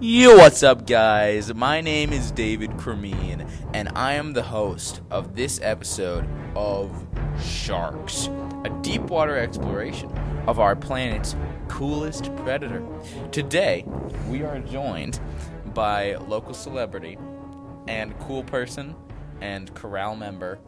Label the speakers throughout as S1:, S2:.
S1: Yo, what's up, guys? My name is David Cremeen, and I am the host of this episode of Sharks, a deep water exploration of our planet's coolest predator. Today, we are joined by local celebrity and cool person and corral member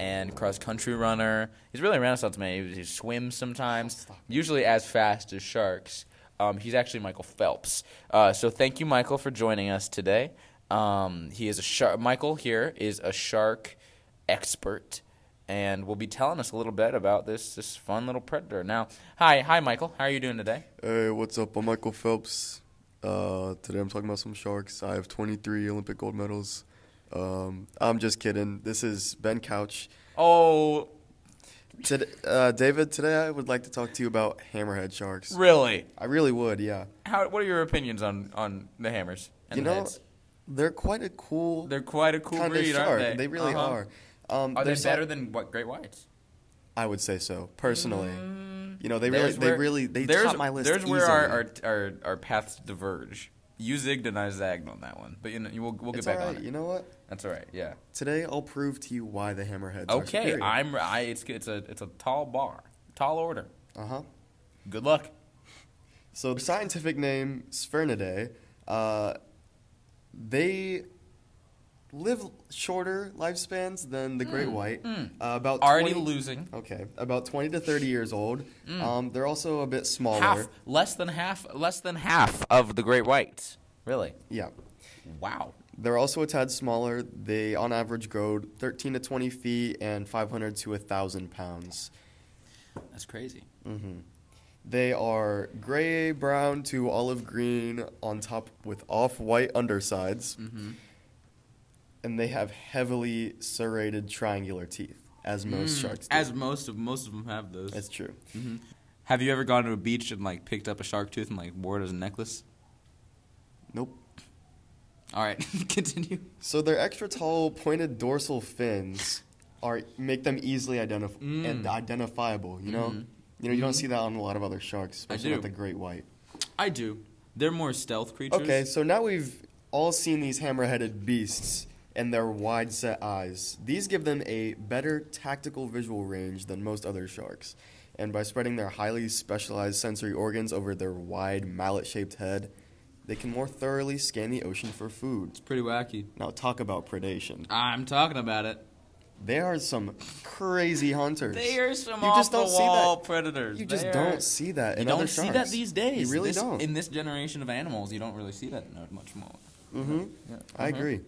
S1: and cross country runner. He's really a renaissance man. He, he swims sometimes, usually as fast as sharks. Um, he's actually Michael Phelps. Uh, so thank you, Michael, for joining us today. Um, he is a shark. Michael here is a shark expert, and will be telling us a little bit about this this fun little predator. Now, hi, hi, Michael. How are you doing today?
S2: Hey, what's up? I'm Michael Phelps. Uh, today I'm talking about some sharks. I have 23 Olympic gold medals. Um, I'm just kidding. This is Ben Couch.
S1: Oh,
S2: Today, uh, David, today I would like to talk to you about hammerhead sharks.
S1: really?
S2: I really would, yeah.
S1: How? What are your opinions on on the hammers? And
S2: you
S1: the
S2: know,
S1: heads?
S2: they're quite a cool
S1: they're quite a cool
S2: kind
S1: breed,
S2: of shark.
S1: aren't they?
S2: really
S1: Uh-huh.
S2: are. Um,
S1: Are they
S2: there's not-
S1: better than what great whites?
S2: I would say so, personally. you know, they
S1: Mm.
S2: really,
S1: There's
S2: they
S1: where-
S2: really, they
S1: there's,
S2: top my list
S1: There's where our,
S2: easily.
S1: our, our, our paths diverge. You zigged and I zagged on that one, but you know you- we'll, we'll get
S2: it's
S1: back
S2: all
S1: on
S2: right.
S1: it.
S2: You know what?
S1: That's all right. Yeah.
S2: Today I'll prove to you why the hammerheads are
S1: okay.
S2: superior.
S1: I'm. I. It's it's a it's a tall bar, tall order.
S2: Uh-huh.
S1: Good luck.
S2: So the scientific name Sphyrnidae, uh, they live shorter lifespans than the great white. Uh, about
S1: Already
S2: 20
S1: losing.
S2: Okay, about twenty to thirty years old. Um, they're also a bit smaller.
S1: Half. Less than half. Less than half of the great whites. Really.
S2: Yeah,
S1: Wow.
S2: they're also a tad smaller. They on average grow thirteen to twenty feet and five hundred to thousand pounds.
S1: That's crazy.
S2: They are gray, brown to olive green on top with off white undersides.
S1: Mm-hmm.
S2: And they have heavily serrated triangular teeth, as most sharks do.
S1: Mm. As most of most of them have those.
S2: That's true.
S1: Have you ever gone to a beach and like picked up a shark tooth and like wore it as a necklace?
S2: Nope.
S1: All right. Continue.
S2: So their extra tall pointed dorsal fins are make them easily identif-
S1: Mm.
S2: and identifiable, you know? You know, you don't see that on a lot of other sharks,
S1: Mm-hmm. I
S2: especially with
S1: do.
S2: the great white.
S1: I do. They're more stealth creatures.
S2: Okay, so now we've all seen these hammer-headed beasts and their wide-set eyes. These give them a better tactical visual range than most other sharks. And by spreading their highly specialized sensory organs over their wide mallet-shaped head, they can more thoroughly scan the ocean for food.
S1: It's pretty wacky.
S2: Now talk about predation.
S1: I'm talking about it.
S2: They are some crazy hunters.
S1: They are some
S2: You just don't see that-
S1: off-the-wall predators.
S2: You just
S1: They are-
S2: don't see that in
S1: you don't
S2: other
S1: see that
S2: sharks.
S1: these days.
S2: You really
S1: This-
S2: don't.
S1: In this generation of animals, you don't really see that no- much more.
S2: hmm
S1: Yeah.
S2: I
S1: Mhm.
S2: agree.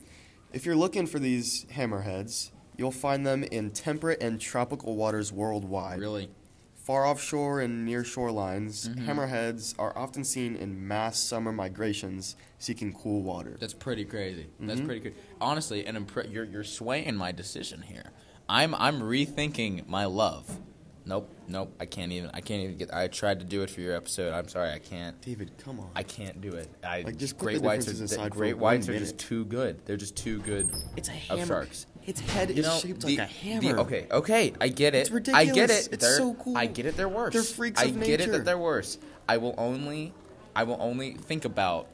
S2: If you're looking for these hammerheads, you'll find them in temperate and tropical waters worldwide.
S1: Really. Mm-hmm.
S2: Far offshore and near shorelines, hammerheads are often seen in mass summer migrations seeking cool water.
S1: That's pretty crazy. That's
S2: Mm-hmm.
S1: pretty crazy. Honestly, and impre- you're you're swaying my decision here. I'm I'm rethinking my love. Nope, nope. I can't even. I can't even get. I tried to do it for your episode. I'm sorry. I can't.
S2: David, come on.
S1: I can't do it. I
S2: Like, just put
S1: great
S2: the
S1: whites
S2: differences
S1: are
S2: aside for
S1: great
S2: one
S1: whites are
S2: minute.
S1: just too good. They're just too good.
S2: it's a
S1: of sharks.
S2: Its head
S1: You
S2: is
S1: know,
S2: shaped
S1: the-
S2: like a hammer.
S1: the- okay, okay, I get it.
S2: It's
S1: I get
S2: ridiculous.
S1: it.
S2: It's
S1: They're-
S2: so cool.
S1: I get it. They're worse.
S2: They're freaks
S1: I
S2: of
S1: get it
S2: nature.
S1: that they're worse. I will only, I will only think about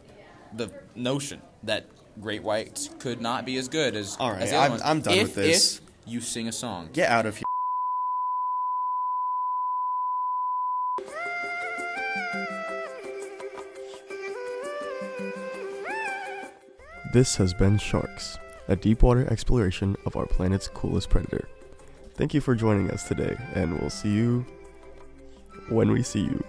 S1: the notion that great whites could not be as good as.
S2: All right,
S1: as the other
S2: I'm-
S1: ones.
S2: I'm done
S1: if,
S2: with this.
S1: If you sing a song,
S2: Get out of here. This has been Sharks, a deepwater exploration of our planet's coolest predator. Thank you for joining us today, and we'll see you when we see you.